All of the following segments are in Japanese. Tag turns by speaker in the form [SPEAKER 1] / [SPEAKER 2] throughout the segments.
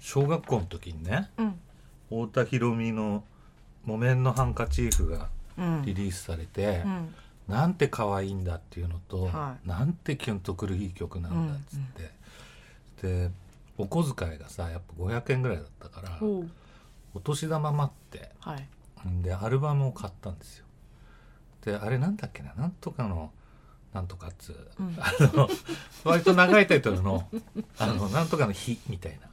[SPEAKER 1] 小学校の時にね
[SPEAKER 2] うん
[SPEAKER 1] 太田裕美の「木綿のハンカチーフ」が
[SPEAKER 2] うん
[SPEAKER 1] リリースされて、
[SPEAKER 2] うん
[SPEAKER 1] なんて可愛いんだっていうのと、
[SPEAKER 2] は
[SPEAKER 1] なんてキュンとくるいい曲なんだっつって、でお小遣いがさやっぱ500円ぐらいだったから
[SPEAKER 2] おう
[SPEAKER 1] お年玉待って
[SPEAKER 2] はい
[SPEAKER 1] でアルバムを買ったんですよであれなんだっけななんとかのなんとかっつう、
[SPEAKER 2] うん
[SPEAKER 1] あの割と長いタイトル の「あのなんとかの日」みたいな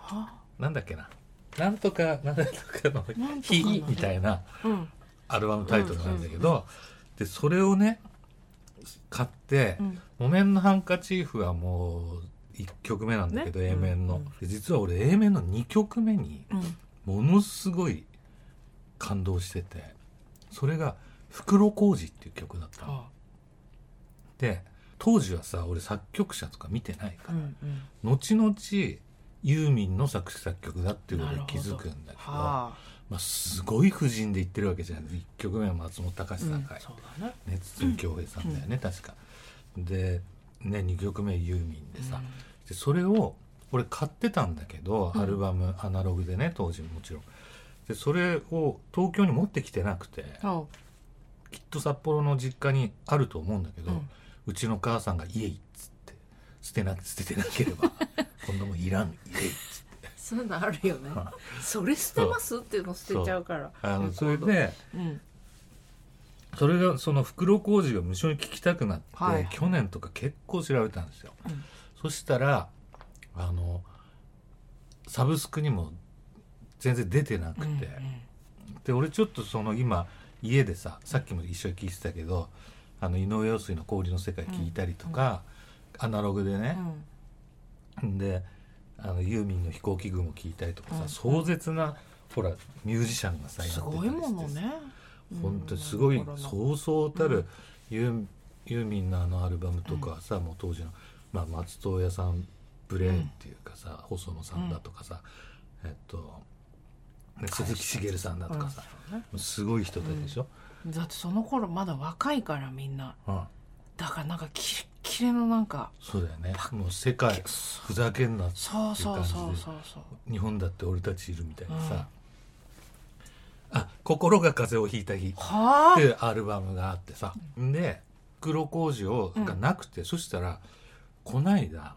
[SPEAKER 2] は
[SPEAKER 1] なんだっけななんとかなんとかの
[SPEAKER 2] なんとかの
[SPEAKER 1] 日みたいな
[SPEAKER 2] うん
[SPEAKER 1] アルバムタイトルなんだけど、でそれをね買って
[SPEAKER 2] うん
[SPEAKER 1] 「木綿のハンカチーフ」はもう1曲目なんだけど、
[SPEAKER 2] ね
[SPEAKER 1] A 面の、
[SPEAKER 2] うんうん
[SPEAKER 1] で実は俺 A 面の2曲目に
[SPEAKER 2] うん
[SPEAKER 1] ものすごい感動しててそれが「袋小路」っていう曲だったの
[SPEAKER 2] は
[SPEAKER 1] で当時はさ俺作曲者とか見てないから、
[SPEAKER 2] うんうん
[SPEAKER 1] 後々ユーミンの作詞作曲だっていうことに気づくんだけど
[SPEAKER 2] はあ
[SPEAKER 1] まあ、すごい布陣で言ってるわけじゃない1曲目は松本隆
[SPEAKER 2] うん
[SPEAKER 1] さ
[SPEAKER 2] そ
[SPEAKER 1] ん
[SPEAKER 2] う
[SPEAKER 1] かい、
[SPEAKER 2] だね
[SPEAKER 1] ね、筒井京平さんだよね、確かで、ね、2曲目ユーミンでさ、でそれを俺買ってたんだけど、
[SPEAKER 2] うん
[SPEAKER 1] アルバムアナログでね当時もちろんでそれを東京に持ってきてなくて
[SPEAKER 2] そ
[SPEAKER 1] きっと札幌の実家にあると思うんだけど、
[SPEAKER 2] う
[SPEAKER 1] うんちの母さんが「家い」っつって捨てな捨ててなけれ ばこんなもんいらん「家い」っつって
[SPEAKER 2] そういうのあるよね
[SPEAKER 1] は
[SPEAKER 2] それ捨てますっていうの捨てちゃうから
[SPEAKER 1] あの
[SPEAKER 2] うん
[SPEAKER 1] それで
[SPEAKER 2] うん
[SPEAKER 1] それがその袋小路が無償に聞きたくなって、
[SPEAKER 2] はい
[SPEAKER 1] 去年とか結構調べたんですよ、
[SPEAKER 2] うん
[SPEAKER 1] そしたらあのサブスクにも全然出てなくて、で俺ちょっとその今家でささっきも一緒に聞いてたけどあの井上陽水の「氷の世界」聞いたりとか、アナログで
[SPEAKER 2] うんう
[SPEAKER 1] ね、
[SPEAKER 2] ん
[SPEAKER 1] であのユーミンの「飛行機雲」聞いたりとかさ、
[SPEAKER 2] うん
[SPEAKER 1] 壮絶なほらミュージシャンがさ
[SPEAKER 2] す
[SPEAKER 1] やって
[SPEAKER 2] ご
[SPEAKER 1] た
[SPEAKER 2] い
[SPEAKER 1] りして
[SPEAKER 2] もの
[SPEAKER 1] さ
[SPEAKER 2] ね
[SPEAKER 1] 本当にすごい
[SPEAKER 2] うん
[SPEAKER 1] そうそうたるユー,、ユーミンのあのアルバムとかさ、もう当時の、まあ、松任谷さんブレーンっていうかさ、細野さんだとかさ、えっとね鈴木茂さんだとかさ、すごい人たちでしょ、
[SPEAKER 2] だってその頃まだ若いからみんな
[SPEAKER 1] うん
[SPEAKER 2] だからなんかキレッキレのなんか
[SPEAKER 1] そうだよねもう世界ふざけんな
[SPEAKER 2] そうそ
[SPEAKER 1] いうう
[SPEAKER 2] うそ
[SPEAKER 1] 感じで
[SPEAKER 2] そうそう
[SPEAKER 1] 日本だって俺たちいるみたいなさ、あ心が風邪をひいた日
[SPEAKER 2] は
[SPEAKER 1] っ
[SPEAKER 2] あ
[SPEAKER 1] ていうアルバムがあってさ、で黒麹をがなくて、そしたらこないだ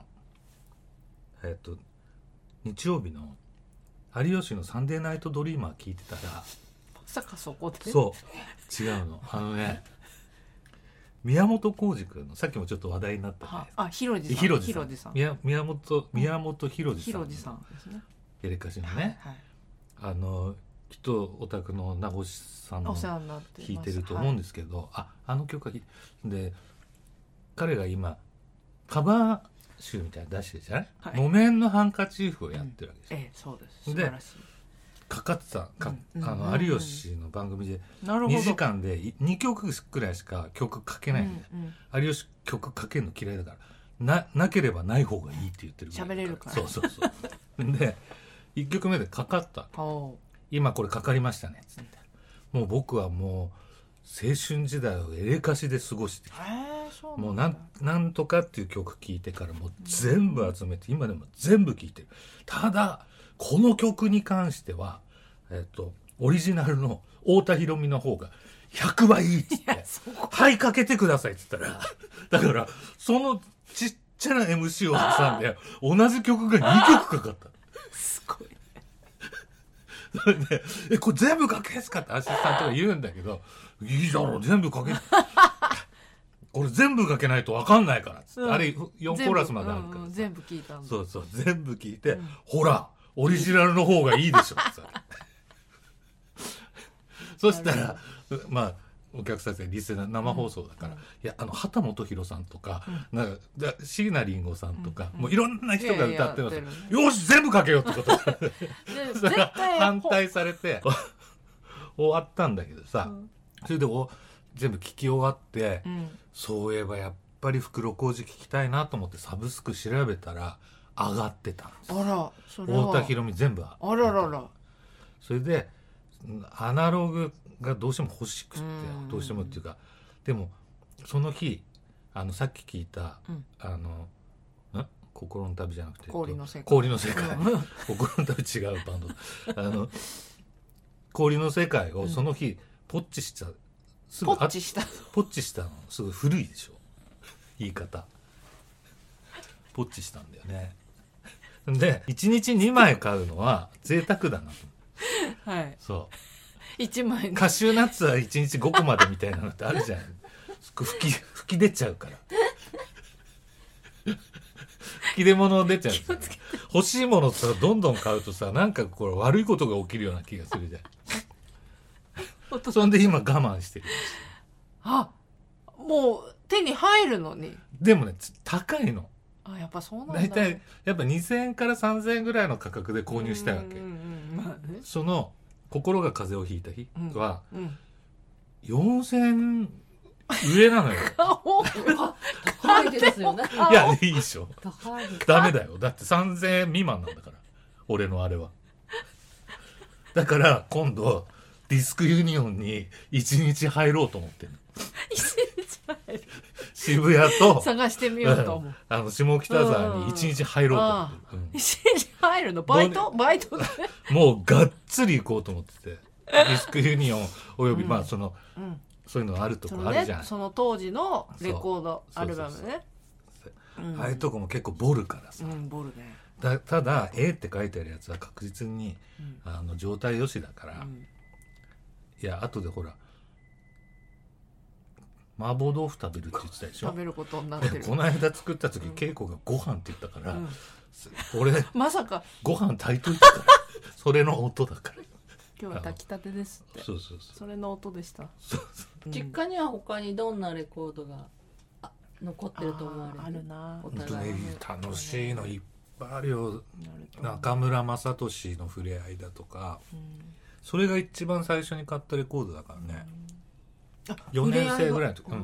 [SPEAKER 1] えっと日曜日の有吉の「サンデーナイトドリーマー」聞いてたら
[SPEAKER 2] まさかそこで
[SPEAKER 1] そう違うのあのね宮本浩二君のさっきもちょっと話題になったじゃない
[SPEAKER 2] は
[SPEAKER 1] ですか
[SPEAKER 2] あひろじさん
[SPEAKER 1] ひろじ
[SPEAKER 2] ひ
[SPEAKER 1] さ
[SPEAKER 2] ろ
[SPEAKER 1] ん
[SPEAKER 2] じさん
[SPEAKER 1] 宮宮本宮本ひろじ
[SPEAKER 2] ひ
[SPEAKER 1] さん
[SPEAKER 2] ろ
[SPEAKER 1] の
[SPEAKER 2] じさんですね
[SPEAKER 1] やりかしの
[SPEAKER 2] はい
[SPEAKER 1] ねあのきっとお宅の名越さん
[SPEAKER 2] お
[SPEAKER 1] の
[SPEAKER 2] 世話になってます
[SPEAKER 1] 弾いてると思うん
[SPEAKER 2] で
[SPEAKER 1] ですけど、ああの曲がひで彼が今カバー集みたいなの出してるじゃない、
[SPEAKER 2] はい
[SPEAKER 1] 木綿のハンカチーフをやってるわけですよ、
[SPEAKER 2] ええそうです素
[SPEAKER 1] で
[SPEAKER 2] 晴らし
[SPEAKER 1] かかってたか、
[SPEAKER 2] うん
[SPEAKER 1] あ
[SPEAKER 2] うんうんう
[SPEAKER 1] の
[SPEAKER 2] ん
[SPEAKER 1] 有吉の番組で
[SPEAKER 2] いなるほど
[SPEAKER 1] 2時間で2曲くらいしか曲かけないんだよ、
[SPEAKER 2] うんうん
[SPEAKER 1] 有吉曲かけるの嫌いだからななければない方がいいって言ってるぐいだ
[SPEAKER 2] 喋れるから
[SPEAKER 1] そうそうそうで1曲目でかかった
[SPEAKER 2] お
[SPEAKER 1] 今これかかりましたねっつってもう僕はもう青春時代をエレカシで過ごしてきた
[SPEAKER 2] ええそう
[SPEAKER 1] もう
[SPEAKER 2] な
[SPEAKER 1] なん
[SPEAKER 2] だ
[SPEAKER 1] んなんとかっていう曲聴いてからもう全部集めて今でも全部聴いてるただこの曲に関してはえっ、とオリジナルの太田裕美の方が100倍いいっつっ
[SPEAKER 2] い
[SPEAKER 1] て
[SPEAKER 2] や そ
[SPEAKER 1] 「はいかけてください」っつったら だからそのちっちゃな MC を挟んで同じ曲が2曲かかった
[SPEAKER 2] すごい
[SPEAKER 1] それで「えこれ全部かけですか?」ってアシスタントが言うんだけど「いいだろ全部 かけこれ全部かけないと分かんないから」っつって、
[SPEAKER 2] うん
[SPEAKER 1] あれ4コーラスまである
[SPEAKER 2] 全
[SPEAKER 1] か
[SPEAKER 2] 部
[SPEAKER 1] ら
[SPEAKER 2] う、んうん
[SPEAKER 1] さ
[SPEAKER 2] 全部聞いたんだ
[SPEAKER 1] そうそう全部聞いて、ほらオリジナルの方がいいでしょ」ってさそしたらまあお客さんってリスナー生放送だから、いやあの畑本博さんとか、なんかだ椎名林檎さんとか、もういろんな人が歌ってます
[SPEAKER 2] いやいややって
[SPEAKER 1] よし全部かけようってこと
[SPEAKER 2] で
[SPEAKER 1] それが
[SPEAKER 2] 絶対
[SPEAKER 1] 反対されて終わったんだけどさ、
[SPEAKER 2] うん
[SPEAKER 1] それでお全部聞き終わって、
[SPEAKER 2] うん
[SPEAKER 1] そういえばやっぱり袋小路聞きたいなと思ってサブスク調べたら上がってたんです
[SPEAKER 2] あらそれは
[SPEAKER 1] 太田裕美全部あ
[SPEAKER 2] あららら
[SPEAKER 1] それでアナログがどうしても欲しくて
[SPEAKER 2] うん
[SPEAKER 1] どうしてもっていうかでもその日あのさっき聞いた、
[SPEAKER 2] うん
[SPEAKER 1] あのん心の旅じゃなくて
[SPEAKER 2] 氷の世界
[SPEAKER 1] 氷の世界 心の旅違うバンドあの氷の世界をその日、ポッチしたす
[SPEAKER 2] ポ
[SPEAKER 1] ぐ
[SPEAKER 2] ッチした
[SPEAKER 1] ポッチしたのすごい古いでしょ言い方ポッチしたんだよねで1日2枚買うのは贅沢だなと思って
[SPEAKER 2] はい
[SPEAKER 1] そ
[SPEAKER 2] 一枚
[SPEAKER 1] う
[SPEAKER 2] の
[SPEAKER 1] カシューナッツは1日5個までみたいなのってあるじゃん吹き吹き出ちゃうから吹き出物出ちゃうから欲しいものさどんどん買うとさなんかこれ悪いことが起きるような気がするじゃんそんで今我慢してる
[SPEAKER 2] あもう手に入るのに
[SPEAKER 1] でもねつ高いの
[SPEAKER 2] あやっぱそうなんだ
[SPEAKER 1] 大体やっぱ2,000円から3,000円ぐらいの価格で購入したいわけ
[SPEAKER 2] うんうんうんまあね
[SPEAKER 1] その心が風邪をひいた日は
[SPEAKER 2] うん
[SPEAKER 1] 4,000円上なのよ
[SPEAKER 2] 顔
[SPEAKER 3] 高いですよね。
[SPEAKER 1] いやいいでしょ
[SPEAKER 3] 高いです。
[SPEAKER 1] ダメだよだって3,000円未満なんだから俺のあれはだから今度ディスクユニオンに1日入ろうと思ってんの渋谷 と
[SPEAKER 2] 探してみようと
[SPEAKER 1] う
[SPEAKER 2] 思うん
[SPEAKER 1] あの下北沢に1日入ろうと思ってる、うん
[SPEAKER 2] 一日入るのバイトバイトで
[SPEAKER 1] もうがっつり行こうと思っててディスクユニオンおよび、
[SPEAKER 2] うん
[SPEAKER 1] まあその
[SPEAKER 2] うん
[SPEAKER 1] そういうのあると
[SPEAKER 2] そ
[SPEAKER 1] こ
[SPEAKER 2] の
[SPEAKER 1] あるじゃ
[SPEAKER 2] ね
[SPEAKER 1] ん、
[SPEAKER 2] その当時のレコード
[SPEAKER 1] そう
[SPEAKER 2] アルバムね
[SPEAKER 1] そう
[SPEAKER 2] うん
[SPEAKER 1] ああいうとこも結構ボルから
[SPEAKER 2] う
[SPEAKER 1] さ、
[SPEAKER 2] んボルね
[SPEAKER 1] だただ「A」って書いてあるやつは確実に
[SPEAKER 2] うん
[SPEAKER 1] あの状態良しだから、
[SPEAKER 2] うん
[SPEAKER 1] いや後でほら麻婆豆腐食べるって言ってたでしょ
[SPEAKER 2] 食べることになってる
[SPEAKER 1] この間作った時
[SPEAKER 2] うん
[SPEAKER 1] 稽古が「ご飯」って言ったから、
[SPEAKER 2] うん
[SPEAKER 1] す俺
[SPEAKER 2] まさか
[SPEAKER 1] ご飯炊いといたからそれの音だから
[SPEAKER 2] 今日は炊きたてですって
[SPEAKER 1] そうそうそう
[SPEAKER 2] それの音でした
[SPEAKER 1] そうそう
[SPEAKER 3] 実家には他にどんなレコードがあ残ってると思われ
[SPEAKER 2] あーあるな
[SPEAKER 3] お
[SPEAKER 1] 本当
[SPEAKER 3] 互い
[SPEAKER 1] に
[SPEAKER 3] の
[SPEAKER 1] 楽しいのいっぱいあるよ
[SPEAKER 2] なると
[SPEAKER 1] 中村雅俊の触れ合いだとか
[SPEAKER 2] うん
[SPEAKER 1] それが一番最初に買ったレコードだからね、
[SPEAKER 2] あ
[SPEAKER 1] 4年生ぐらいの時
[SPEAKER 2] 触れ合い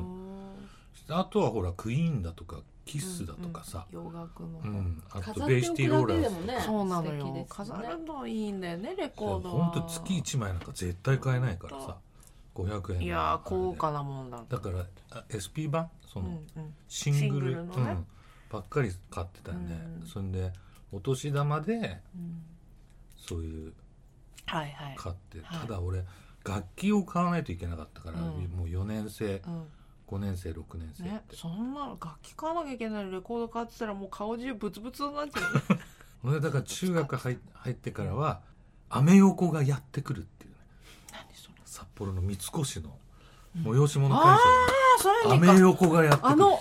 [SPEAKER 2] が
[SPEAKER 1] あとはほらクイーンだとかキッスだとかさ、
[SPEAKER 2] うんうん洋楽の
[SPEAKER 1] うんあ
[SPEAKER 3] 飾
[SPEAKER 1] と
[SPEAKER 3] っ
[SPEAKER 1] ベイシテ
[SPEAKER 3] て
[SPEAKER 1] ィ
[SPEAKER 3] お
[SPEAKER 1] ロ
[SPEAKER 3] く
[SPEAKER 1] ー
[SPEAKER 3] だけ
[SPEAKER 1] ラーズ
[SPEAKER 3] でもね
[SPEAKER 1] とか
[SPEAKER 2] そうなの
[SPEAKER 3] 素
[SPEAKER 2] よ、
[SPEAKER 3] 敵です
[SPEAKER 2] 飾
[SPEAKER 3] よね
[SPEAKER 2] るのいいんだよねレコードは
[SPEAKER 1] ほんと月1枚なんか絶対買えないからさ500円
[SPEAKER 2] いやー高価なもんだ
[SPEAKER 1] だからあ SP 版そ
[SPEAKER 2] うん
[SPEAKER 1] の
[SPEAKER 2] うん
[SPEAKER 1] シングル
[SPEAKER 2] シングルのね
[SPEAKER 1] うん、ばっかり買ってたよね、
[SPEAKER 2] うん
[SPEAKER 1] そんでお年玉で
[SPEAKER 2] うん
[SPEAKER 1] そういう
[SPEAKER 2] はいはい
[SPEAKER 1] 買って、
[SPEAKER 2] はい
[SPEAKER 1] ただ俺楽器を買わないといけなかったから、
[SPEAKER 2] うん
[SPEAKER 1] もう4年生
[SPEAKER 2] うん
[SPEAKER 1] 5年生6年生って、
[SPEAKER 2] ね、そんなの楽器買わなきゃいけないのにレコード買ってたらもう顔中ブツブツに なっちゃう
[SPEAKER 1] 俺だから中学入入ってからはアメ横がやってくるっていうね
[SPEAKER 2] 何それ
[SPEAKER 1] 札幌の三越の催し物会
[SPEAKER 2] あ
[SPEAKER 1] 社
[SPEAKER 2] あそういう意
[SPEAKER 1] に、アメ
[SPEAKER 2] 味か
[SPEAKER 1] 横がやってくる
[SPEAKER 2] あの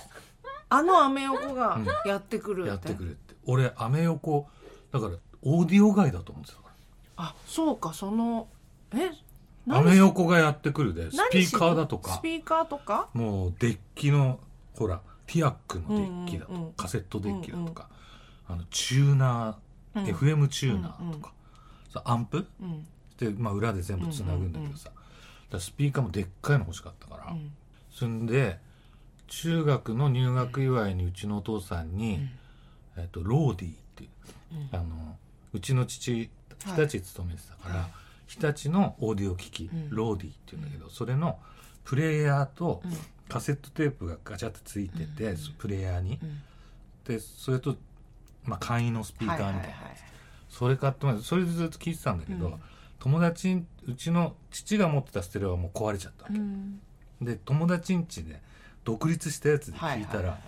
[SPEAKER 2] あのアメ横が
[SPEAKER 1] うん
[SPEAKER 2] やってくる
[SPEAKER 1] や
[SPEAKER 2] っ,、
[SPEAKER 1] っててくるって俺アメ横だからオーディオ街だと思ってたか
[SPEAKER 2] あそうかそのえ
[SPEAKER 1] らアメ横がやってくるでス
[SPEAKER 2] 何
[SPEAKER 1] ピ
[SPEAKER 2] し
[SPEAKER 1] ーカーだとか
[SPEAKER 2] スピーカーとか
[SPEAKER 1] もうデッキのほらティアックのデッキだとか、
[SPEAKER 2] うんうんうん
[SPEAKER 1] カセットデッキだとか、あのチューナ
[SPEAKER 2] う
[SPEAKER 1] ー、
[SPEAKER 2] ん
[SPEAKER 1] FM チューナーとか、さアンプ
[SPEAKER 2] うん
[SPEAKER 1] で、まあ、裏で全部つなぐんだけどさ、だからスピーカーもでっかいの欲しかったから、
[SPEAKER 2] うん
[SPEAKER 1] そんで中学の入学祝いにうちのお父さんに、えっと、ローディーっていう
[SPEAKER 2] うん
[SPEAKER 1] あのうちの父日
[SPEAKER 2] はい
[SPEAKER 1] 立勤めてたから、日立のオーディオ機器、
[SPEAKER 2] うん
[SPEAKER 1] ローディーっていうんだけどそれのプレイヤーと
[SPEAKER 2] うん
[SPEAKER 1] カセットテープがガチャってついてて、
[SPEAKER 2] うん
[SPEAKER 1] プレイヤーに、
[SPEAKER 2] うん
[SPEAKER 1] でそれと、まあ、簡易のスピーカーみたいな、
[SPEAKER 2] はいはいはい
[SPEAKER 1] それ買ってもらってそれでずっと聞いてたんだけど、
[SPEAKER 2] うん
[SPEAKER 1] 友達んうちの父が持ってたステレオはもう壊れちゃったわけ、
[SPEAKER 2] うん
[SPEAKER 1] で友達ん家で独立したやつで聞いたら、
[SPEAKER 2] はいはいはい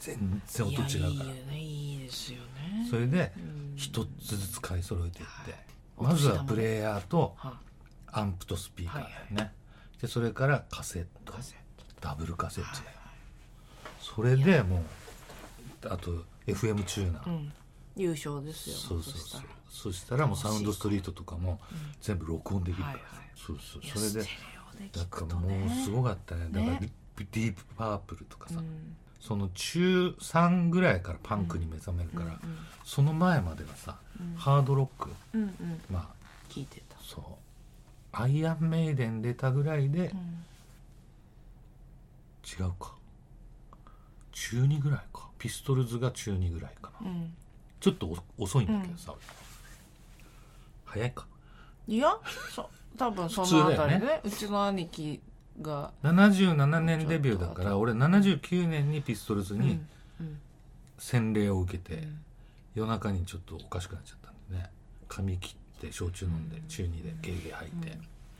[SPEAKER 1] 全然音違うから
[SPEAKER 2] いやいいよねいいですよね
[SPEAKER 1] それで
[SPEAKER 2] うん
[SPEAKER 1] 一つずつ買い揃えていって、
[SPEAKER 2] はい
[SPEAKER 1] まずはプレイヤーと
[SPEAKER 2] は
[SPEAKER 1] アンプとスピーカーだよね、でそれからカセット
[SPEAKER 2] カセッ
[SPEAKER 1] ダブルカセットだよそれでもうあと FM チューナー、
[SPEAKER 2] うん優勝ですよ
[SPEAKER 1] そうそう
[SPEAKER 2] そし
[SPEAKER 1] そ
[SPEAKER 2] た
[SPEAKER 1] う
[SPEAKER 2] ら
[SPEAKER 1] そしたらもうサウンドストリートとかも全部録音できるから、
[SPEAKER 2] はいはい
[SPEAKER 1] そうそう
[SPEAKER 2] いや
[SPEAKER 1] それで
[SPEAKER 2] ステレオで
[SPEAKER 1] だ
[SPEAKER 2] 聞
[SPEAKER 1] か
[SPEAKER 2] く
[SPEAKER 1] ら
[SPEAKER 2] と
[SPEAKER 1] も
[SPEAKER 2] ね
[SPEAKER 1] うすごかったねだから
[SPEAKER 2] ね
[SPEAKER 1] リップディープパープルとかさ、
[SPEAKER 2] うん
[SPEAKER 1] その中3ぐらいからパンクに目覚めるから、その前まではさ、
[SPEAKER 2] うん
[SPEAKER 1] ハードロック
[SPEAKER 2] うんうん
[SPEAKER 1] まあ
[SPEAKER 2] 聞いてた
[SPEAKER 1] そうアイアンメイデン出たぐらいで、
[SPEAKER 2] うん
[SPEAKER 1] 違うか中2ぐらいかピストルズが中2ぐらいかな
[SPEAKER 2] うん
[SPEAKER 1] ちょっとお遅いんだけどさ、早いか
[SPEAKER 2] いやそ多分そのあたりねうちの兄貴が
[SPEAKER 1] 77年デビューだから俺79年にピストルズに
[SPEAKER 2] うん
[SPEAKER 1] 洗礼を受けて、
[SPEAKER 2] うん
[SPEAKER 1] 夜中にちょっとおかしくなっちゃったんでね髪切って焼酎飲んで中二でゲゲ吐いて、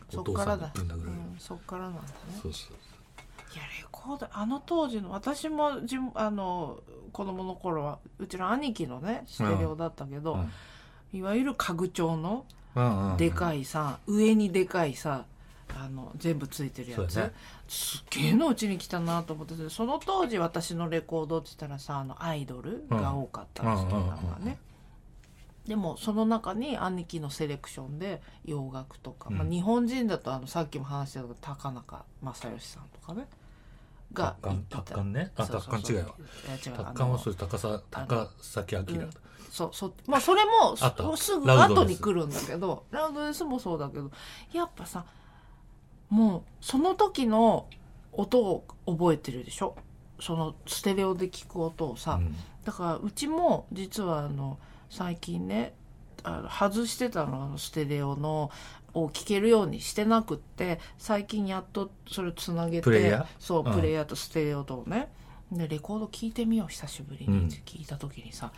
[SPEAKER 2] そ
[SPEAKER 1] お
[SPEAKER 2] っ
[SPEAKER 1] 父
[SPEAKER 2] か
[SPEAKER 1] さ
[SPEAKER 2] ら
[SPEAKER 1] ん
[SPEAKER 2] だ
[SPEAKER 1] が、ぶん殴られる、
[SPEAKER 2] うん、そっからなんだね
[SPEAKER 1] そうそう
[SPEAKER 2] いやレコードあの当時の私もじあの子供の頃はうちの兄貴のねステレオだったけど、
[SPEAKER 1] うん
[SPEAKER 2] いわゆる家具調の
[SPEAKER 1] うんうんうん
[SPEAKER 2] でかいさ、上にでかいさあの全部ついてるやつ、
[SPEAKER 1] そうだね
[SPEAKER 2] すっげえのうちに来たなと思っててその当時私のレコードって言ったらさあのアイドルが多かったんですけど、
[SPEAKER 1] うんうんうん
[SPEAKER 2] な
[SPEAKER 1] うん
[SPEAKER 2] んかね、でもその中に兄貴のセレクションで洋楽とか、まあ、
[SPEAKER 1] うん
[SPEAKER 2] 日本人だとあのさっきも話してた高中正義さんとかねが
[SPEAKER 1] 達観
[SPEAKER 2] 行って
[SPEAKER 1] 達観ね
[SPEAKER 2] た
[SPEAKER 1] あ
[SPEAKER 2] そう
[SPEAKER 1] 達
[SPEAKER 2] そう
[SPEAKER 1] 観違いは
[SPEAKER 2] や違う
[SPEAKER 1] 達観は
[SPEAKER 2] あの
[SPEAKER 1] そういう高さ高崎明、
[SPEAKER 2] うんそうそうまあそれも
[SPEAKER 1] あった
[SPEAKER 2] そすぐ
[SPEAKER 1] ラウド
[SPEAKER 2] 後
[SPEAKER 1] レ
[SPEAKER 2] に
[SPEAKER 1] ス
[SPEAKER 2] 来るんだけどラウドレスもそうだけどやっぱさもうその時の音を覚えてるでしょそのステレオで聞く音をさ、
[SPEAKER 1] うん
[SPEAKER 2] だからうちも実はあの最近ねあの外してたのあのステレオのを聞けるようにしてなくって最近やっとそれつなげて
[SPEAKER 1] プレイヤー
[SPEAKER 2] そう、
[SPEAKER 1] うん
[SPEAKER 2] プレイヤーとステレオとをねでレコード聞いてみよう久しぶりに、
[SPEAKER 1] うん
[SPEAKER 2] 聞いた時にさ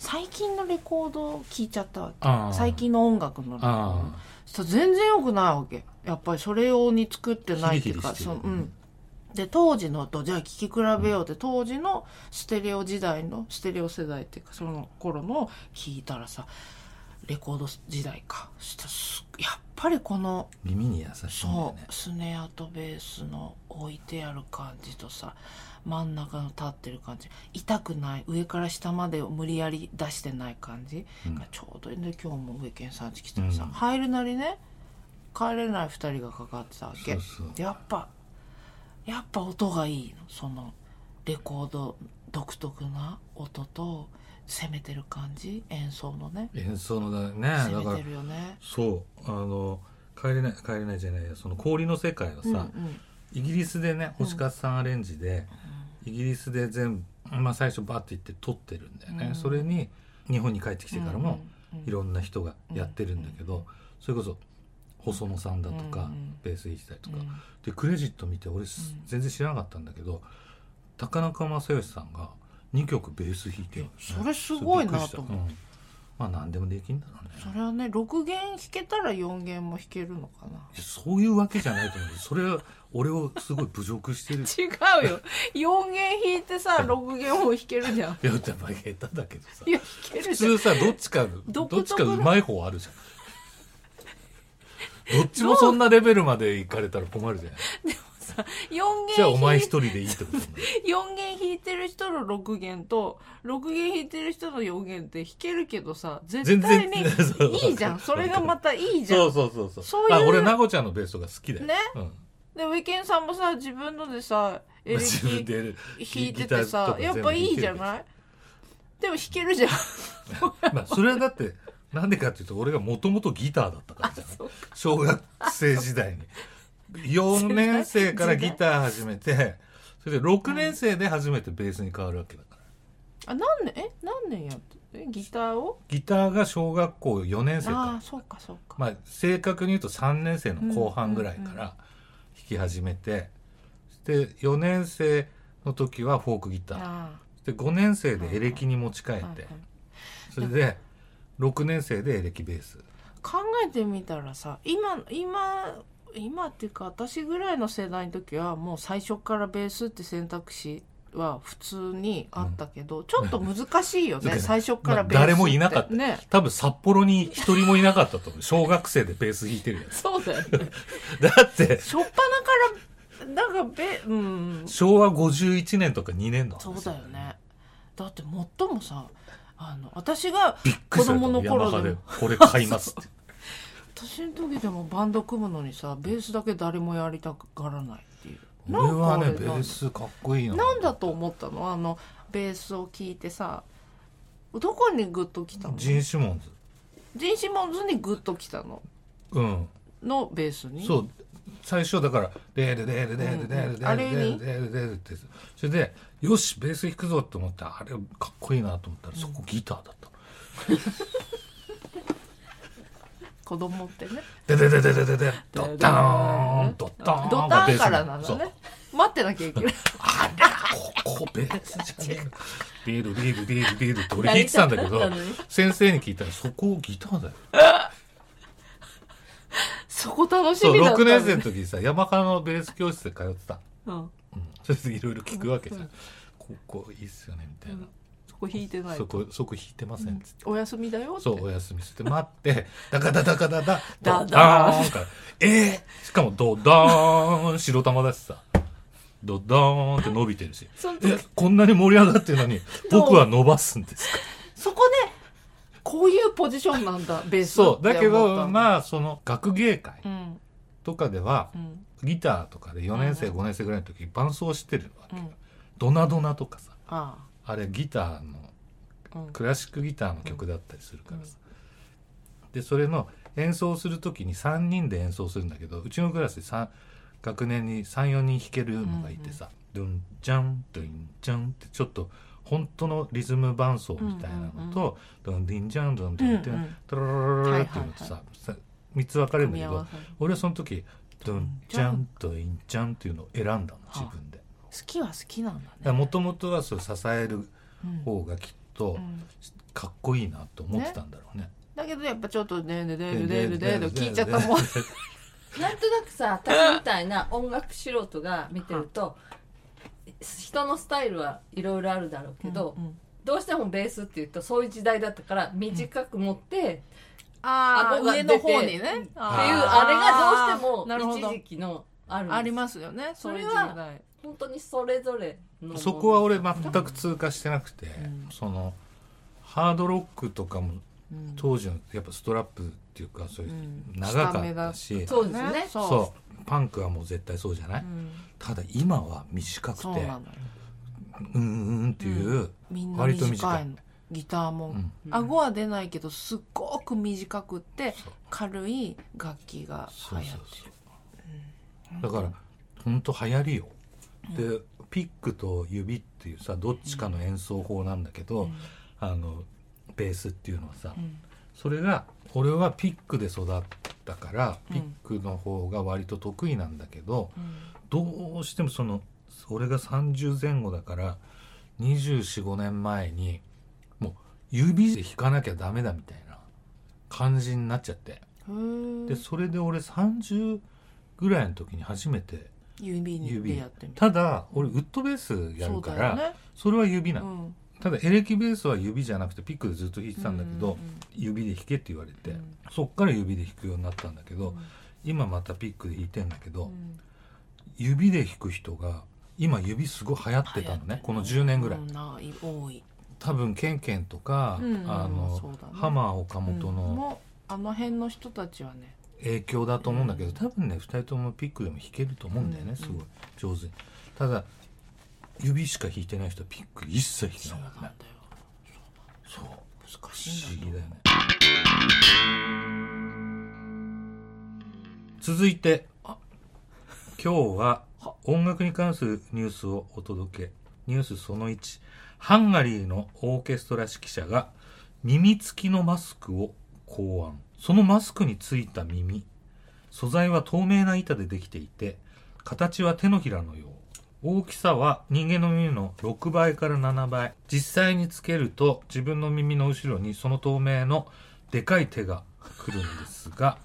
[SPEAKER 2] 最近のレコードを聞いちゃったわけ
[SPEAKER 1] あー
[SPEAKER 2] 最近の音楽のレコード
[SPEAKER 1] あ
[SPEAKER 2] そしたら全然良くないわけやっぱりそれ用に作って
[SPEAKER 1] あ
[SPEAKER 2] ないっていうかそのうんで当時のとじゃあ聴き比べようって、当時のステレオ時代のステレオ世代っていうかその頃の聞いたらさレコード時代かそしたらすやっぱりこの
[SPEAKER 1] 耳に優しいんだよ
[SPEAKER 2] そ
[SPEAKER 1] ね
[SPEAKER 2] うスネアとベースの置いてある感じとさ真ん中の立ってる感じ痛くない上から下までを無理やり出してない感じ
[SPEAKER 1] うん
[SPEAKER 2] がちょうどいいんで今日も上健さんち来たらさ、
[SPEAKER 1] うん
[SPEAKER 2] 入るなりね帰れない2人がかかってたわけ
[SPEAKER 1] そうそう
[SPEAKER 2] やっぱやっぱ音がいいのそのレコード独特な音と攻めてる感じ演奏のね
[SPEAKER 1] 演奏のだねだ
[SPEAKER 2] 攻
[SPEAKER 1] か
[SPEAKER 2] め
[SPEAKER 1] ら
[SPEAKER 2] てるよね
[SPEAKER 1] そうあの帰れない帰れないじゃないやその氷の世界はさ、
[SPEAKER 2] うんうん
[SPEAKER 1] イギリスでね星勝さんアレンジで、イギリスで全部、まあ、最初バッていって撮ってるんだよね、
[SPEAKER 2] うん
[SPEAKER 1] それに日本に帰ってきてからも
[SPEAKER 2] うんうん
[SPEAKER 1] いろんな人がやってるんだけど、それこそ細野さんだとか、
[SPEAKER 2] うんうん
[SPEAKER 1] ベース弾いてたりとか、
[SPEAKER 2] うん
[SPEAKER 1] でクレジット見て俺す、全然知らなかったんだけど高中正義さんが2曲ベース弾いてるんだよね、
[SPEAKER 2] それすごいな
[SPEAKER 1] それびっくりした
[SPEAKER 2] と思う
[SPEAKER 1] うんまあ何でもできんだろうね
[SPEAKER 2] それはね6弦弾けたら4弦も弾けるのかない
[SPEAKER 1] やそういうわけじゃないと思うけどそれは俺をすごい侮辱してる
[SPEAKER 2] 違うよ4弦弾いてさ6弦も弾けるじゃん
[SPEAKER 1] いややっぱ下手だけどさ
[SPEAKER 2] いや弾ける
[SPEAKER 1] 普
[SPEAKER 2] じゃん
[SPEAKER 1] 通さどっちかど
[SPEAKER 2] 独特な
[SPEAKER 1] っちかうまい方あるじ ゃんどっちもそんなレベルまでいかれたら困るじゃない
[SPEAKER 2] 4
[SPEAKER 1] じゃあ
[SPEAKER 2] 弦
[SPEAKER 1] お前
[SPEAKER 2] 弾い
[SPEAKER 1] 一人でいいってことになる
[SPEAKER 2] 4弦弾いてる人の6弦と6弦弾いてる人の4弦って弾けるけどさ絶対に
[SPEAKER 1] 全然そう
[SPEAKER 2] いいじゃん それがまたいいじゃん
[SPEAKER 1] そうそうそうそう
[SPEAKER 2] そういう
[SPEAKER 1] あ俺なごちゃんのベーストが好きだよ
[SPEAKER 2] ね
[SPEAKER 1] うん、
[SPEAKER 2] でウィケンさんもさ自分のでさエレ
[SPEAKER 1] 自分
[SPEAKER 2] キ
[SPEAKER 1] で
[SPEAKER 2] 弾いててさやっぱいいじゃ
[SPEAKER 1] い
[SPEAKER 2] ないでも弾けるじゃん
[SPEAKER 1] まあそれはだってなんでかっていうと俺がもともとギターだったからじゃん
[SPEAKER 2] そう
[SPEAKER 1] 小学生時 代に4年生からギター始めてそれで6年生で初めてベースに変わるわけだから
[SPEAKER 2] あ何年え何年やってえギターを
[SPEAKER 1] ギターが小学校4年生
[SPEAKER 2] ああ
[SPEAKER 1] か、
[SPEAKER 2] そうかそうから
[SPEAKER 1] まあ、正確に言うと3年生の後半ぐらいから弾き始めてで4年生の時はフォークギター
[SPEAKER 2] あ
[SPEAKER 1] で5年生でエレキに持ち替え
[SPEAKER 2] あ、うんうん
[SPEAKER 1] てそれで6年生でエレキベース
[SPEAKER 2] 考えてみたらさ今今今っていうか私ぐらいの世代の時はもう最初からベースって選択肢は普通にあったけど、ちょっと難しいよ
[SPEAKER 1] だか
[SPEAKER 2] ね
[SPEAKER 1] ら
[SPEAKER 2] 最初からベースって、
[SPEAKER 1] まあ誰もいなかった
[SPEAKER 2] ね
[SPEAKER 1] 多分札幌に一人もいなかったと思う小学生でベース弾いてるやつ
[SPEAKER 2] そ うだよね
[SPEAKER 1] だって
[SPEAKER 2] 初っ端からなんかべうん
[SPEAKER 1] 昭和51年とか2年の話
[SPEAKER 2] そうだよねだってもっともさあの私が
[SPEAKER 1] びっくりした
[SPEAKER 2] 子供の頃で
[SPEAKER 1] ヤ
[SPEAKER 2] も
[SPEAKER 1] マハでこれ買いますって
[SPEAKER 2] 私の時でもバンド組むのにさベースだけ誰もやりたがらないっていう
[SPEAKER 1] 俺はね
[SPEAKER 2] なんかあ
[SPEAKER 1] ベ
[SPEAKER 2] れなん
[SPEAKER 1] ー
[SPEAKER 2] だ
[SPEAKER 1] スかっこいいな
[SPEAKER 2] なんだと思ったのあのベースを聞いてさどこにグッときたの
[SPEAKER 1] ジン・シモンズ
[SPEAKER 2] ジンシモンズにグッときたの
[SPEAKER 1] うん
[SPEAKER 2] のベースに
[SPEAKER 1] そう最初だから「レールレールレールレールレールレールレールレール」ってそれでよしベース弾くぞって思ってあれかっこいいなと思ったらそこギターだった
[SPEAKER 2] 子供ってね
[SPEAKER 1] でででででででドッターンドッターン
[SPEAKER 2] ドターンからなのね待ってなきゃいけない
[SPEAKER 1] ここベースじゃねえビールビールビールビールって俺弾いてたんだけど
[SPEAKER 3] なりたかったのに
[SPEAKER 1] 先生に聞いたらそこギターだよ
[SPEAKER 2] そこ楽し
[SPEAKER 1] そう
[SPEAKER 2] みだった
[SPEAKER 1] 6
[SPEAKER 2] のに
[SPEAKER 1] 年生の時にさ山科のベース教室で通ってた、
[SPEAKER 2] うん
[SPEAKER 1] うん、それでいろいろ聞くわけさ
[SPEAKER 2] うん
[SPEAKER 1] 「ここいいっすよね」みた
[SPEAKER 2] う
[SPEAKER 1] い
[SPEAKER 2] んそこ弾いて
[SPEAKER 1] な「
[SPEAKER 2] ない
[SPEAKER 1] そこそこ弾いてません」っつって。
[SPEAKER 2] お休みだよって
[SPEAKER 1] そう、お休みして待って、ダカダダカダダ、
[SPEAKER 2] ダダーン
[SPEAKER 1] ドーンから、ええしかもドダーン、白玉だしさ、ドダーンって伸びてるし、
[SPEAKER 2] その
[SPEAKER 1] え
[SPEAKER 2] 時、
[SPEAKER 1] こんなに盛り上がってるのに、僕は伸ばすんですか
[SPEAKER 2] そこねこういうポジションなんだベース
[SPEAKER 1] そう、だけど、
[SPEAKER 2] あ
[SPEAKER 1] まあ、その、学芸会
[SPEAKER 2] うん
[SPEAKER 1] とかでは、
[SPEAKER 2] うん
[SPEAKER 1] ギターとかで4年生、
[SPEAKER 2] うん
[SPEAKER 1] 5年生ぐらいの時、伴奏してるわけ
[SPEAKER 2] う
[SPEAKER 1] よ
[SPEAKER 2] ん
[SPEAKER 1] ドナドナとかさ、
[SPEAKER 2] あ
[SPEAKER 1] あれギターの、
[SPEAKER 2] あうん
[SPEAKER 1] クラシックギターの曲だったりするからさ、でそれの演奏する時に3人で演奏するんだけどうちのクラスで3学年に34人弾けるのがいてさ「ドゥンジャンドゥンジャン」ってちょっと本当のリズム伴奏みたいなのと「ドゥンディンジャンドゥンドゥンドゥ
[SPEAKER 2] うん
[SPEAKER 1] ン
[SPEAKER 2] うん
[SPEAKER 1] ドロロロロロロ」っていうのとさ3つ分かれるんだけど俺はその時「ドゥンジャンドゥンジャン」っていうのを選んだの自分で。
[SPEAKER 2] 好きは好きなんだね
[SPEAKER 1] もともとはそう支える
[SPEAKER 2] うん
[SPEAKER 1] 方がきっと
[SPEAKER 2] うん
[SPEAKER 1] かっこいいなと思ってたんだろうね
[SPEAKER 2] だけどやっぱちょっと「ねねねねねねね」聞いちゃったもん
[SPEAKER 3] なんとなくさ私みたいな音楽素人が見てると人のスタイルはいろいろあるだろうけど、
[SPEAKER 2] うんうん
[SPEAKER 3] どうしてもベースっていうとそういう時代だったから短く持って
[SPEAKER 2] ああ
[SPEAKER 3] 顎が
[SPEAKER 2] 上
[SPEAKER 3] 出て
[SPEAKER 2] の方にねっていう
[SPEAKER 3] っていうあれがどうしても一時期のあるんです
[SPEAKER 2] ありますよね
[SPEAKER 3] それ
[SPEAKER 2] そういう
[SPEAKER 3] は
[SPEAKER 2] 時代
[SPEAKER 3] 本当にそれぞれの
[SPEAKER 1] そこは俺全く通過してなくて、
[SPEAKER 2] ん
[SPEAKER 1] そのハードロックとかも
[SPEAKER 2] うん
[SPEAKER 1] 当時のやっぱストラップっていうかそういう
[SPEAKER 2] うん
[SPEAKER 1] 長かったし、
[SPEAKER 2] 下目だ
[SPEAKER 3] そうですね
[SPEAKER 2] そう
[SPEAKER 1] そうパンクはもう絶対そうじゃない、
[SPEAKER 2] うん
[SPEAKER 1] ただ今は短くて
[SPEAKER 2] そうなのよ
[SPEAKER 1] うんうんうんっていう、
[SPEAKER 2] みんな
[SPEAKER 1] 割と
[SPEAKER 2] 短
[SPEAKER 1] 短
[SPEAKER 2] い
[SPEAKER 1] い
[SPEAKER 2] のギターも、
[SPEAKER 1] うん
[SPEAKER 2] 顎は出ないけどすっごく短くって
[SPEAKER 1] そう
[SPEAKER 2] 軽い楽器が流
[SPEAKER 1] そう
[SPEAKER 2] 行って
[SPEAKER 1] そう
[SPEAKER 2] る
[SPEAKER 1] そうだから本当流行りよ、でピックと指っていうさどっちかの演奏法なんだけど、あのベースっていうのはさ、
[SPEAKER 2] ん
[SPEAKER 1] それが俺はピックで育ったからピックの方が割と得意なんだけど、どうしてもその俺が30前後だから245年前にもう指で弾かなきゃダメだみたいな感じになっちゃって。
[SPEAKER 2] うんへ
[SPEAKER 1] で
[SPEAKER 2] え
[SPEAKER 1] それで俺30ぐらいの時に初めて
[SPEAKER 2] 指に
[SPEAKER 1] 指
[SPEAKER 2] でやってみる
[SPEAKER 1] ただ俺ウッドベースやるからそ,、
[SPEAKER 2] そうだよね
[SPEAKER 1] れは指な
[SPEAKER 2] う
[SPEAKER 1] の、
[SPEAKER 2] ん
[SPEAKER 1] ただエレキベースは指じゃなくてピックでずっと弾いてたんだけど、
[SPEAKER 2] うんうんうん
[SPEAKER 1] 指で弾けって言われて、
[SPEAKER 2] うん
[SPEAKER 1] そっから指で弾くようになったんだけど、
[SPEAKER 2] うん
[SPEAKER 1] 今またピックで弾いてんだけど、
[SPEAKER 2] うん
[SPEAKER 1] 指で弾く人が今指すごい流行ってたのねこの10年ぐらい、
[SPEAKER 2] うんない多い
[SPEAKER 1] 多分ケンケンとか、
[SPEAKER 2] うん
[SPEAKER 1] あ
[SPEAKER 2] そう
[SPEAKER 1] の
[SPEAKER 2] だね
[SPEAKER 1] ハマー岡本
[SPEAKER 2] うん
[SPEAKER 1] の
[SPEAKER 2] もうあの辺の人たちはね
[SPEAKER 1] 影響だと思うんだけど、多分ね2人ともピックでも弾けると思うんだよね、
[SPEAKER 2] うん
[SPEAKER 1] すごい上手にただ指しか弾いてない人はピック一切
[SPEAKER 2] そう
[SPEAKER 1] 弾
[SPEAKER 2] なん
[SPEAKER 1] けない
[SPEAKER 2] だ
[SPEAKER 1] からね
[SPEAKER 2] よ
[SPEAKER 1] そう
[SPEAKER 2] 難
[SPEAKER 1] 不
[SPEAKER 2] しい
[SPEAKER 1] 思
[SPEAKER 2] ん
[SPEAKER 1] 議
[SPEAKER 2] だよ
[SPEAKER 1] だよね続いて今日は音楽に関するニュースをお届けニュースその1ハンガリーのオーケストラ指揮者が耳付きのマスクを考案そのマスクについた耳素材は透明な板でできていて形は手のひらのよう大きさは人間の耳の6倍から7倍実際につけると自分の耳の後ろにその透明のでかい手が来るんですが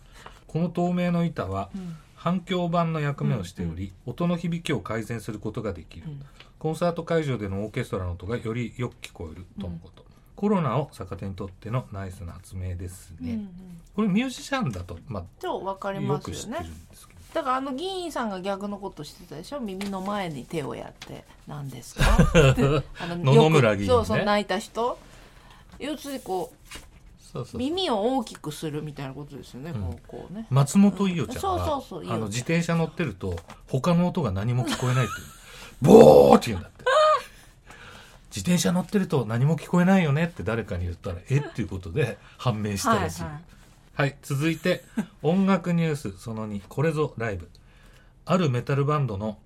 [SPEAKER 1] この透明の板は反響板の役目をしており、音の響きを改善することができる、
[SPEAKER 2] ん
[SPEAKER 1] コンサート会場でのオーケストラの音がよりよく聞こえるとのこと、コロナを逆手にとってのナイスな発明です
[SPEAKER 2] うん
[SPEAKER 1] ね、
[SPEAKER 2] うん
[SPEAKER 1] これミュージシャンだと、ま
[SPEAKER 2] そう分か
[SPEAKER 1] あ、
[SPEAKER 2] り
[SPEAKER 1] よ
[SPEAKER 2] ます
[SPEAKER 1] く知っ
[SPEAKER 2] よ
[SPEAKER 1] てるん
[SPEAKER 2] ね
[SPEAKER 1] ですけど
[SPEAKER 2] だからあの議員さんが逆のことしてたでしょ耳の前に手をやって何ですかってあの
[SPEAKER 1] 野々村議員ね
[SPEAKER 2] よくそうそう泣いた人要するにこ
[SPEAKER 1] そうそうう
[SPEAKER 2] 耳を大きくするみたいなことですよね、
[SPEAKER 1] ん
[SPEAKER 2] こうこうね
[SPEAKER 1] 松本伊代ちゃんが、
[SPEAKER 2] うんそうそうそう伊代
[SPEAKER 1] あの自転車乗ってると他の音が何も聞こえ ないっていうボーって言うんだって自転車乗ってると何も聞こえないよねって誰かに言ったらえっていうことで判明したらしい
[SPEAKER 2] はいはい
[SPEAKER 1] はい、続いて音楽ニュースその2これぞライブあるメタルバンドの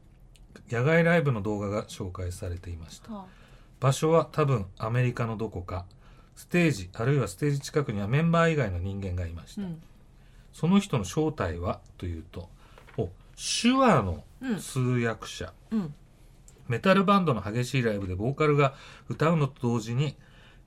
[SPEAKER 1] 野外ライブの動画が紹介されていました
[SPEAKER 2] は
[SPEAKER 1] 場所は多分アメリカのどこかステージあるいはステージ近くにはメンバー以外の人間がいまし
[SPEAKER 2] あう
[SPEAKER 1] た、
[SPEAKER 2] ん
[SPEAKER 1] その人の正体はというとお手話の通訳者
[SPEAKER 2] うん
[SPEAKER 1] メタルバンドの激しいライブでボーカルが歌うのと同時に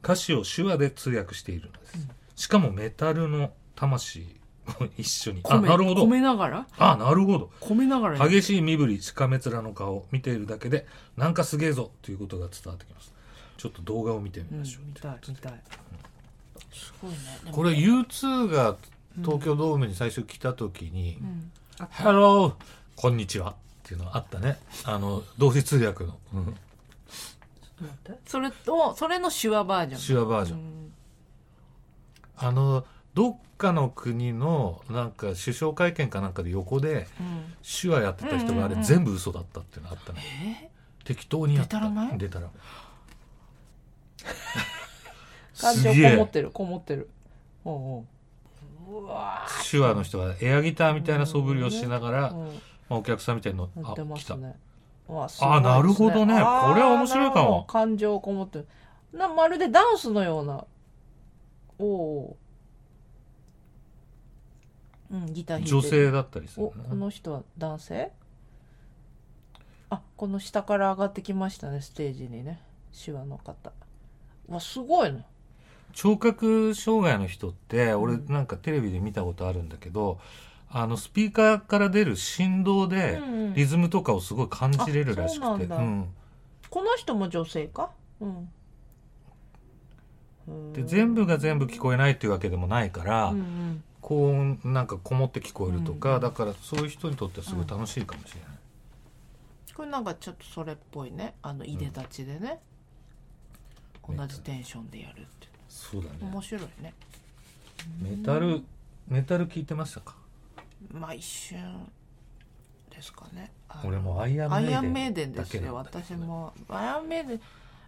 [SPEAKER 1] 歌詞を手話で通訳しているのです、しかもメタルの魂も一緒にあ
[SPEAKER 2] 込め
[SPEAKER 1] なるほど
[SPEAKER 2] 込めながら
[SPEAKER 1] あなるほど
[SPEAKER 2] 込めながらね
[SPEAKER 1] 激しい身振りしかめ面の顔見ているだけでなんかすげえぞということが伝わってきますちょっと動画を見て
[SPEAKER 2] う
[SPEAKER 1] み
[SPEAKER 2] ん
[SPEAKER 1] ま
[SPEAKER 2] 見
[SPEAKER 1] しょう、
[SPEAKER 2] たい見たいすごいねでも
[SPEAKER 1] これ U2 が東京ドームに最初来た時に
[SPEAKER 2] うん
[SPEAKER 1] 「ハローこんにちは」っていうのあったねあの同時通訳の、うん、
[SPEAKER 3] 待って
[SPEAKER 2] それとそれの手話バージョン
[SPEAKER 1] 手話バージョン
[SPEAKER 2] うん
[SPEAKER 1] あのどっかの国のなんか首相会見かなんかで横で
[SPEAKER 2] うん
[SPEAKER 1] 手話やってた人があ
[SPEAKER 2] うんうん
[SPEAKER 1] れ
[SPEAKER 2] うん
[SPEAKER 1] 全部嘘だったっていうのあったね
[SPEAKER 2] え
[SPEAKER 1] 適当にやった
[SPEAKER 2] でたらめ
[SPEAKER 1] でたらめ
[SPEAKER 2] 感情
[SPEAKER 1] すげえ
[SPEAKER 2] こもってるこもってるおうおううわ
[SPEAKER 1] 手話の人がエアギターみたいな素振りをしながら、
[SPEAKER 2] ーうん
[SPEAKER 1] まあ、お客さんみたいの
[SPEAKER 2] や
[SPEAKER 1] あ
[SPEAKER 2] ってま
[SPEAKER 1] 来
[SPEAKER 2] す
[SPEAKER 1] た
[SPEAKER 2] ねわすごいです
[SPEAKER 1] あなるほどね
[SPEAKER 2] あー
[SPEAKER 1] これは面白いかも
[SPEAKER 2] なるほど感情こもってるなまるでダンスのようなおおううんギター弾いてる
[SPEAKER 1] 女性だったりする
[SPEAKER 2] お
[SPEAKER 1] ね
[SPEAKER 2] この人は男性あこの下から上がってきましたねステージにね手話の方うわすごいね
[SPEAKER 1] 聴覚障害の人って俺
[SPEAKER 2] うん
[SPEAKER 1] なんかテレビで見たことあるんだけど、あのスピーカーから出る振動で
[SPEAKER 2] うん
[SPEAKER 1] リズムとかをすごい感じれるらし
[SPEAKER 2] あそう
[SPEAKER 1] くて、
[SPEAKER 2] なんだ
[SPEAKER 1] うん
[SPEAKER 2] この人も女性かうん
[SPEAKER 1] で全部が全部聞
[SPEAKER 2] え
[SPEAKER 1] こえないっていうわけでもないから、
[SPEAKER 2] うんうん
[SPEAKER 1] 高音なんかこもって聞こえるとか、
[SPEAKER 2] うん
[SPEAKER 1] だからそういう人にとってはすごい楽しいかもしれない、
[SPEAKER 2] これなんかちょっとそれっぽいねあのいでたちでね、
[SPEAKER 1] うん
[SPEAKER 2] 同じテンションでやるって
[SPEAKER 1] そうだね
[SPEAKER 2] 面白いね
[SPEAKER 1] メタルメタル聞いてましたか
[SPEAKER 2] まあ一瞬ですかねあの
[SPEAKER 1] 俺もアイア
[SPEAKER 2] アイア
[SPEAKER 1] ン
[SPEAKER 2] ン
[SPEAKER 1] メ
[SPEAKER 2] メ
[SPEAKER 1] イ
[SPEAKER 2] イ
[SPEAKER 1] デ
[SPEAKER 2] デ
[SPEAKER 1] ン
[SPEAKER 2] ン
[SPEAKER 1] だ
[SPEAKER 2] で
[SPEAKER 1] け
[SPEAKER 2] す
[SPEAKER 1] な
[SPEAKER 2] よ
[SPEAKER 1] んだけど
[SPEAKER 2] 私もアイアンメイデン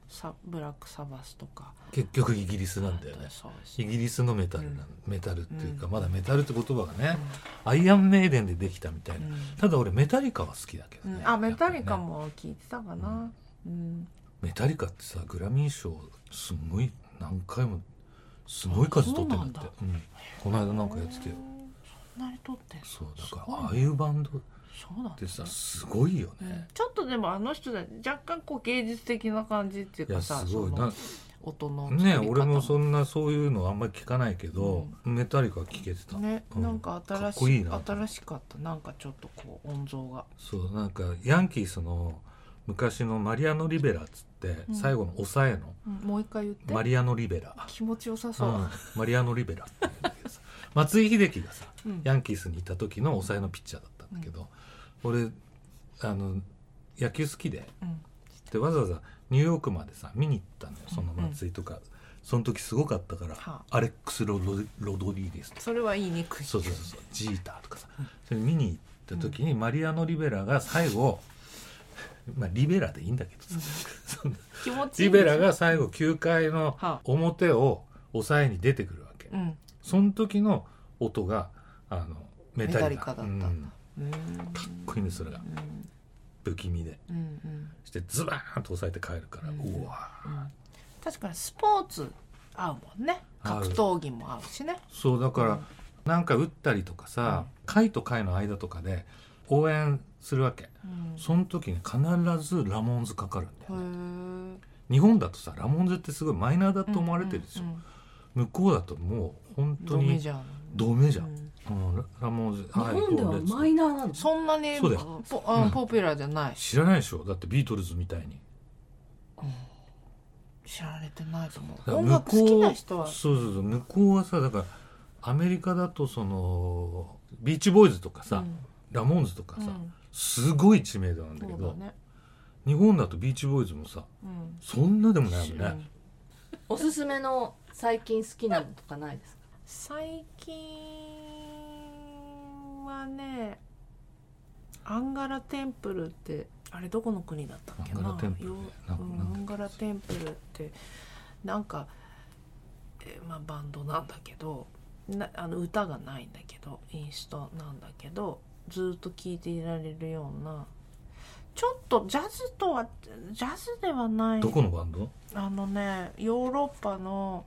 [SPEAKER 2] サブラックサバスとか
[SPEAKER 1] 結局イギリスなんだよね
[SPEAKER 2] そうです
[SPEAKER 1] イギリスのメタルなん、メタルっていうか、
[SPEAKER 2] うん
[SPEAKER 1] まだメタルって言葉がね、アイアンメイデンでできたみたいな、
[SPEAKER 2] うん
[SPEAKER 1] ただ俺メタリカは好きだけどね、
[SPEAKER 2] あメタリカ
[SPEAKER 1] やっぱ
[SPEAKER 2] も聞いてたかな、うん
[SPEAKER 1] りねメタリカってさグラミー賞すごい何回もすごい数取ってんだってうんこの間なんかやってたよ
[SPEAKER 2] そんなに撮ってんの
[SPEAKER 1] そうだから
[SPEAKER 2] すごいね
[SPEAKER 1] ああいうバンドっ
[SPEAKER 2] そうなん
[SPEAKER 1] て
[SPEAKER 2] です
[SPEAKER 1] さ
[SPEAKER 2] ね
[SPEAKER 1] すごいよ
[SPEAKER 2] うん
[SPEAKER 1] ね、
[SPEAKER 2] ちょっとでもあの人たち若干こう芸術的な感じっていう
[SPEAKER 1] いや
[SPEAKER 2] か
[SPEAKER 1] す
[SPEAKER 2] さ
[SPEAKER 1] ごい
[SPEAKER 2] そ
[SPEAKER 1] な
[SPEAKER 2] の音の作り
[SPEAKER 1] ね
[SPEAKER 2] 方
[SPEAKER 1] 俺もそんなそういうのあんまり聞かないけど、メタリカは聞けてた、
[SPEAKER 2] ね、
[SPEAKER 1] うん
[SPEAKER 2] なんか新し
[SPEAKER 1] かっこいいな
[SPEAKER 2] 新しかったなんかちょっとこう音像が
[SPEAKER 1] そうなんかヤンキースの昔のマリアノ・リベラっつって、
[SPEAKER 2] うん
[SPEAKER 1] 最後の抑えの
[SPEAKER 2] うんもう一回言って
[SPEAKER 1] マリアノ・リベラ
[SPEAKER 2] 気持ちよさそう、
[SPEAKER 1] ん、マリアノ・リベラっていうんだけどさ松井秀喜がさ
[SPEAKER 2] うん
[SPEAKER 1] ヤンキースにいた時の抑えのピッチャーだったんだけど、俺あの野球好きで
[SPEAKER 2] うん
[SPEAKER 1] でわざわざニューヨークまでさ見に行ったのよその松井とか、その時すごかったから、
[SPEAKER 2] は
[SPEAKER 1] アレックスロドロドリーです
[SPEAKER 2] それは言いにくい
[SPEAKER 1] そうそうそうそうジーターとかさそれ見に行った時にマリアノ・リベラが最後、 まあリベラでいいんだけどさ、 その
[SPEAKER 2] 気持ちいい
[SPEAKER 1] リベラが最後9回の
[SPEAKER 2] はあ
[SPEAKER 1] 表を抑えに出てくるわけ、
[SPEAKER 2] うん
[SPEAKER 1] その時の音があのメタリカ
[SPEAKER 2] メタリカだったんだ
[SPEAKER 1] うんか
[SPEAKER 2] うん
[SPEAKER 1] っこいいねそれが
[SPEAKER 2] うん
[SPEAKER 1] 不気味で
[SPEAKER 2] うんうん
[SPEAKER 1] してズバーンと抑えて帰るから、う
[SPEAKER 2] うん
[SPEAKER 1] わー
[SPEAKER 2] うん確かにスポーツ合うもんね
[SPEAKER 1] 合う
[SPEAKER 2] 格闘技も合うしね
[SPEAKER 1] そうだから、なんか打ったりとかさ、回と回の間とかで応援するわけ
[SPEAKER 2] うん
[SPEAKER 1] その時に必ずラモーンズかかるんだよね、
[SPEAKER 2] へえ
[SPEAKER 1] 日本だとさラモーンズってすごいマイナーだと思われてるでしょ、
[SPEAKER 2] うんうん
[SPEAKER 1] 向こうだともう本当
[SPEAKER 2] ドメ
[SPEAKER 1] に
[SPEAKER 2] じゃん
[SPEAKER 1] ドメじゃ、
[SPEAKER 2] うんん
[SPEAKER 1] うんララモーンズ
[SPEAKER 3] 日本ではマイナーなの
[SPEAKER 2] そんなに
[SPEAKER 1] そうだ
[SPEAKER 2] ポあ
[SPEAKER 1] うん
[SPEAKER 2] ポピュラーじゃないし
[SPEAKER 1] 知らないでしょだってビートルズみたいに
[SPEAKER 2] 知られてないと思
[SPEAKER 1] だか
[SPEAKER 2] う
[SPEAKER 1] ら
[SPEAKER 2] 音楽好きな人は
[SPEAKER 1] そうそうそう向こうはさだからアメリカだとそのビーチボーイズとかさ、
[SPEAKER 2] うん
[SPEAKER 1] ラモーンズとかさ、
[SPEAKER 2] うん
[SPEAKER 1] すごい知名度なんだけ
[SPEAKER 2] そう
[SPEAKER 1] ど
[SPEAKER 2] だね
[SPEAKER 1] 日本だとビーチボーイズもさ
[SPEAKER 2] うん
[SPEAKER 1] そんなでもないもんね、
[SPEAKER 3] おすすめの最近好きなのとかないですか
[SPEAKER 2] 最近はねアンガラテンプルってあれどこの国だったっけな
[SPEAKER 1] アンガラテンプルね
[SPEAKER 2] よ
[SPEAKER 1] なんか
[SPEAKER 2] うん
[SPEAKER 1] なんだっけ
[SPEAKER 2] アンガラテンプルってなんか、えーまあ、バンドなんだけどなあの歌がないんだけどインストなんだけどずっと聴いていられるようなちょっとジャズとはジャズではない
[SPEAKER 1] どこのバンド
[SPEAKER 2] あのねヨーロッパの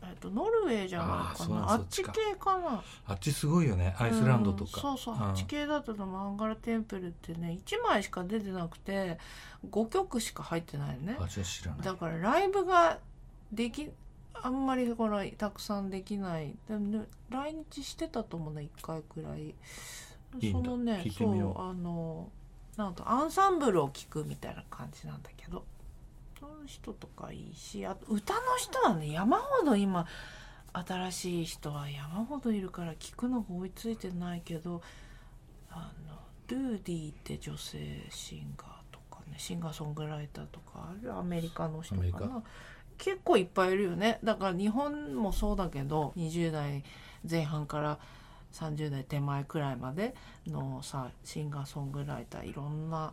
[SPEAKER 2] えっと、ノルウェーじゃない
[SPEAKER 1] あー
[SPEAKER 2] か
[SPEAKER 1] そう
[SPEAKER 2] な
[SPEAKER 1] なん
[SPEAKER 2] あ
[SPEAKER 1] そ
[SPEAKER 2] っ
[SPEAKER 1] っ
[SPEAKER 2] ち
[SPEAKER 1] ち
[SPEAKER 2] 系
[SPEAKER 1] か
[SPEAKER 2] かな
[SPEAKER 1] あっちすごいよねアイスランドと
[SPEAKER 2] う
[SPEAKER 1] か、
[SPEAKER 2] んそうそう、
[SPEAKER 1] ん
[SPEAKER 2] あっち系だとのマンガラテンプルってね1枚しか出てなくて5曲しか入ってないのね
[SPEAKER 1] あじゃあ知らない
[SPEAKER 2] だからライブができあんまりこのたくさんできないでも、ね、来日してたと思うね1回くらい
[SPEAKER 1] いいんだ
[SPEAKER 2] そのね
[SPEAKER 1] 聞いて
[SPEAKER 2] そ
[SPEAKER 1] みよう
[SPEAKER 2] うあのなんとアンサンブルを聴くみたいな感じなんだけどその人とかいいしあと歌の人はね山ほど今新しい人は山ほどいるから聞くのが追いついてないけどあのルーディーって女性シンガーとかねシンガーソングライターとかあるアメリカの人
[SPEAKER 1] アメリ
[SPEAKER 2] か
[SPEAKER 1] カ
[SPEAKER 2] な結構いっぱいいるよねだから日本もそうだけど20代前半から30代手前くらいまでのさシンガーソングライターいろんな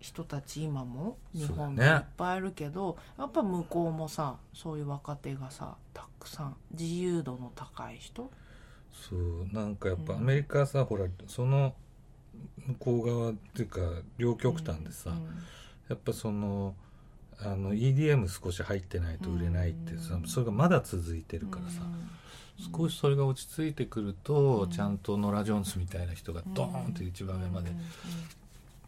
[SPEAKER 2] 人たち今も日本で
[SPEAKER 1] そう
[SPEAKER 2] い
[SPEAKER 1] だね
[SPEAKER 2] っぱいいるけど、やっぱ向こうもさそういう若手がさたくさん自由度の高い人
[SPEAKER 1] そうなんかやっぱ
[SPEAKER 2] う
[SPEAKER 1] ア
[SPEAKER 2] ん
[SPEAKER 1] メリカさ、ほらその向こう側っていうか両極端でさ、
[SPEAKER 2] うん
[SPEAKER 1] やっぱそのあの EDM 少し入ってないと売れないってさ、
[SPEAKER 2] うん
[SPEAKER 1] それがまだ続いてるからさ、
[SPEAKER 2] うん
[SPEAKER 1] 少しそれが落ち着いてくると、
[SPEAKER 2] うん
[SPEAKER 1] ちゃんとノラ・ジョーンズみたいな人がドーンって一番上まで
[SPEAKER 2] うんうん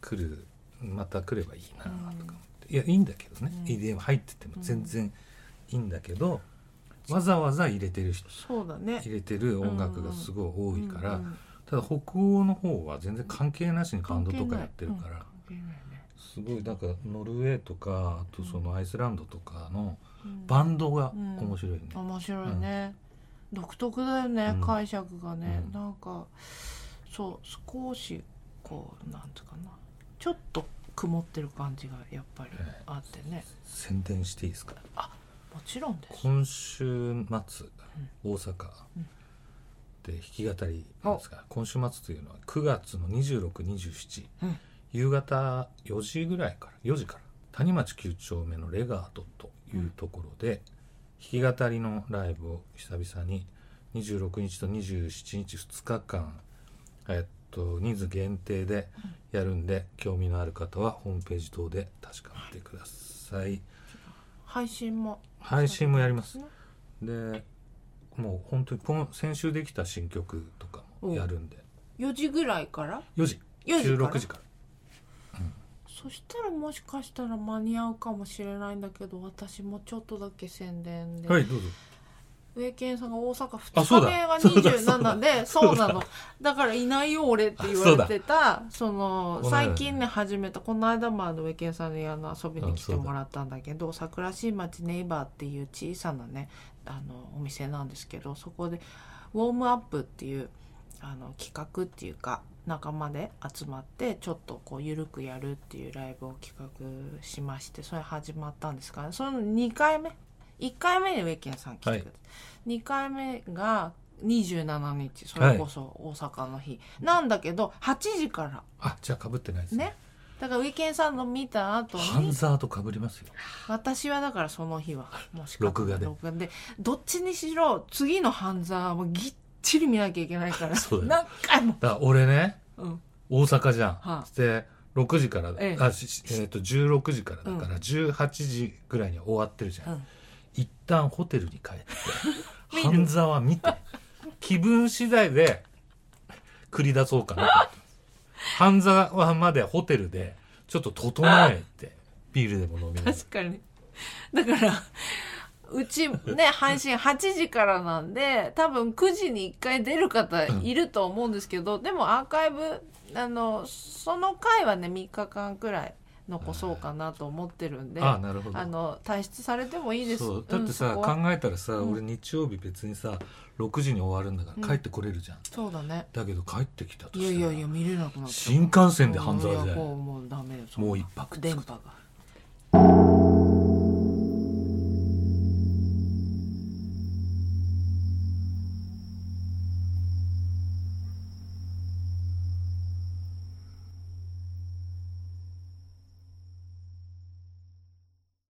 [SPEAKER 1] 来る、また来ればいいなとか思って、
[SPEAKER 2] うん
[SPEAKER 1] いやいいんだけどね、
[SPEAKER 2] うん
[SPEAKER 1] EDM 入ってても全然いいんだけど、わざわざ入れてる人
[SPEAKER 2] そうだね
[SPEAKER 1] 入れてる音楽がすごい多いから、
[SPEAKER 2] うんうん
[SPEAKER 1] ただ北欧の方は全然関係なしにバンドとかやってるから、
[SPEAKER 2] 関係ないね
[SPEAKER 1] すごいなんかノルウェーとかあとそのアイスランドとかの
[SPEAKER 2] うん
[SPEAKER 1] バンドが面白いよね、
[SPEAKER 2] 面白いね、独特だよね、
[SPEAKER 1] うん
[SPEAKER 2] 解釈がね、
[SPEAKER 1] うん
[SPEAKER 2] なんかそう少しこうなんつうかなちょっと曇ってる感じがやっぱり
[SPEAKER 1] ええ
[SPEAKER 2] あってね、
[SPEAKER 1] 宣伝していいですか
[SPEAKER 2] もちろんです
[SPEAKER 1] 今週末大阪
[SPEAKER 2] うん
[SPEAKER 1] で弾き語りなんですが今週末というのは9月の2627、
[SPEAKER 2] うん
[SPEAKER 1] 夕方4時ぐらいから4時から谷町9丁目のレガートというところで弾き語りのライブを久々に26日と27日2日間えっと人数限定でやるんで、興味のある方はホームページ等で確かめてください
[SPEAKER 2] 配信も
[SPEAKER 1] 配信もやります
[SPEAKER 2] ね
[SPEAKER 1] でもう本当に今先週できた新曲とかもやるんで
[SPEAKER 2] 4時ぐらいから
[SPEAKER 1] 4時
[SPEAKER 2] 4時から
[SPEAKER 1] 16時から
[SPEAKER 2] そしたらもしかしたら間に合うかもしれないんだけど私もちょっとだけ宣伝で、
[SPEAKER 1] はいどうぞ
[SPEAKER 2] ウェイケンさんが大阪
[SPEAKER 1] あそうだ
[SPEAKER 2] 2
[SPEAKER 1] そう
[SPEAKER 2] 日
[SPEAKER 1] だ
[SPEAKER 2] 目が27で
[SPEAKER 1] そ
[SPEAKER 2] そうう
[SPEAKER 1] だ
[SPEAKER 2] なのだからいないよ俺って言われてたその
[SPEAKER 1] この間ね
[SPEAKER 2] 最近ね始めたこの間もあのウェイケンさんにあの遊びに
[SPEAKER 1] あ
[SPEAKER 2] 来
[SPEAKER 1] そ
[SPEAKER 2] て
[SPEAKER 1] うだ
[SPEAKER 2] もらったんだけど桜新町ネイバーっていう小さなねあのお店なんですけどそこでウォームアップっていうあの企画っていうか仲間で集まってちょっとこう緩くやるっていうライブを企画しましてそれ始まったんですがその2回目1回目にウェイケンさん来てくれて、
[SPEAKER 1] は
[SPEAKER 2] 2回目が27日それこそ大阪の日、なんだけど8時から
[SPEAKER 1] あじゃあかぶってないですね
[SPEAKER 2] ねだからウィケンさんの見た後
[SPEAKER 1] ハン
[SPEAKER 2] に
[SPEAKER 1] ザーとかぶりますよ
[SPEAKER 2] 私はだからその日はもしか
[SPEAKER 1] 録画で
[SPEAKER 2] 録画でどっちにしろ次の半沢もぎっちり見なきゃいけないから
[SPEAKER 1] そうだ
[SPEAKER 2] 何回も、
[SPEAKER 1] だから俺ね
[SPEAKER 2] うん、
[SPEAKER 1] 大阪じゃん、
[SPEAKER 2] は
[SPEAKER 1] で6時から、
[SPEAKER 2] ええ
[SPEAKER 1] あししえー、と16時からだから、18時ぐらいには終わってるじゃん、
[SPEAKER 2] うん
[SPEAKER 1] 一旦ホテルに帰って
[SPEAKER 2] 見る
[SPEAKER 1] 半沢見 て気分次第で繰り出そうかなと思 ってます半沢までホテルでちょっと整えて ビールでも飲みながら
[SPEAKER 2] 確かにだからう ちね配信8時からなんで多分9時に1回出る方いると思うんですけど、でもアーカイブあのその回はね3日間くらい残そうかなと思ってるんで、
[SPEAKER 1] ああなるほど
[SPEAKER 2] あの退出されてもいいです
[SPEAKER 1] そうだってさ、
[SPEAKER 2] うんそこは
[SPEAKER 1] 考えたらさ、
[SPEAKER 2] うん
[SPEAKER 1] 俺日曜日別にさ6時に終わるんだから帰ってこれるじゃん、
[SPEAKER 2] そうだね
[SPEAKER 1] だけど帰ってきたと
[SPEAKER 2] い
[SPEAKER 1] し
[SPEAKER 2] や
[SPEAKER 1] たら
[SPEAKER 2] いやいや見れなくなっちゃう
[SPEAKER 1] 新幹線で半沢じゃん
[SPEAKER 2] もうもうダメよそんな
[SPEAKER 1] もう一泊
[SPEAKER 2] 電波が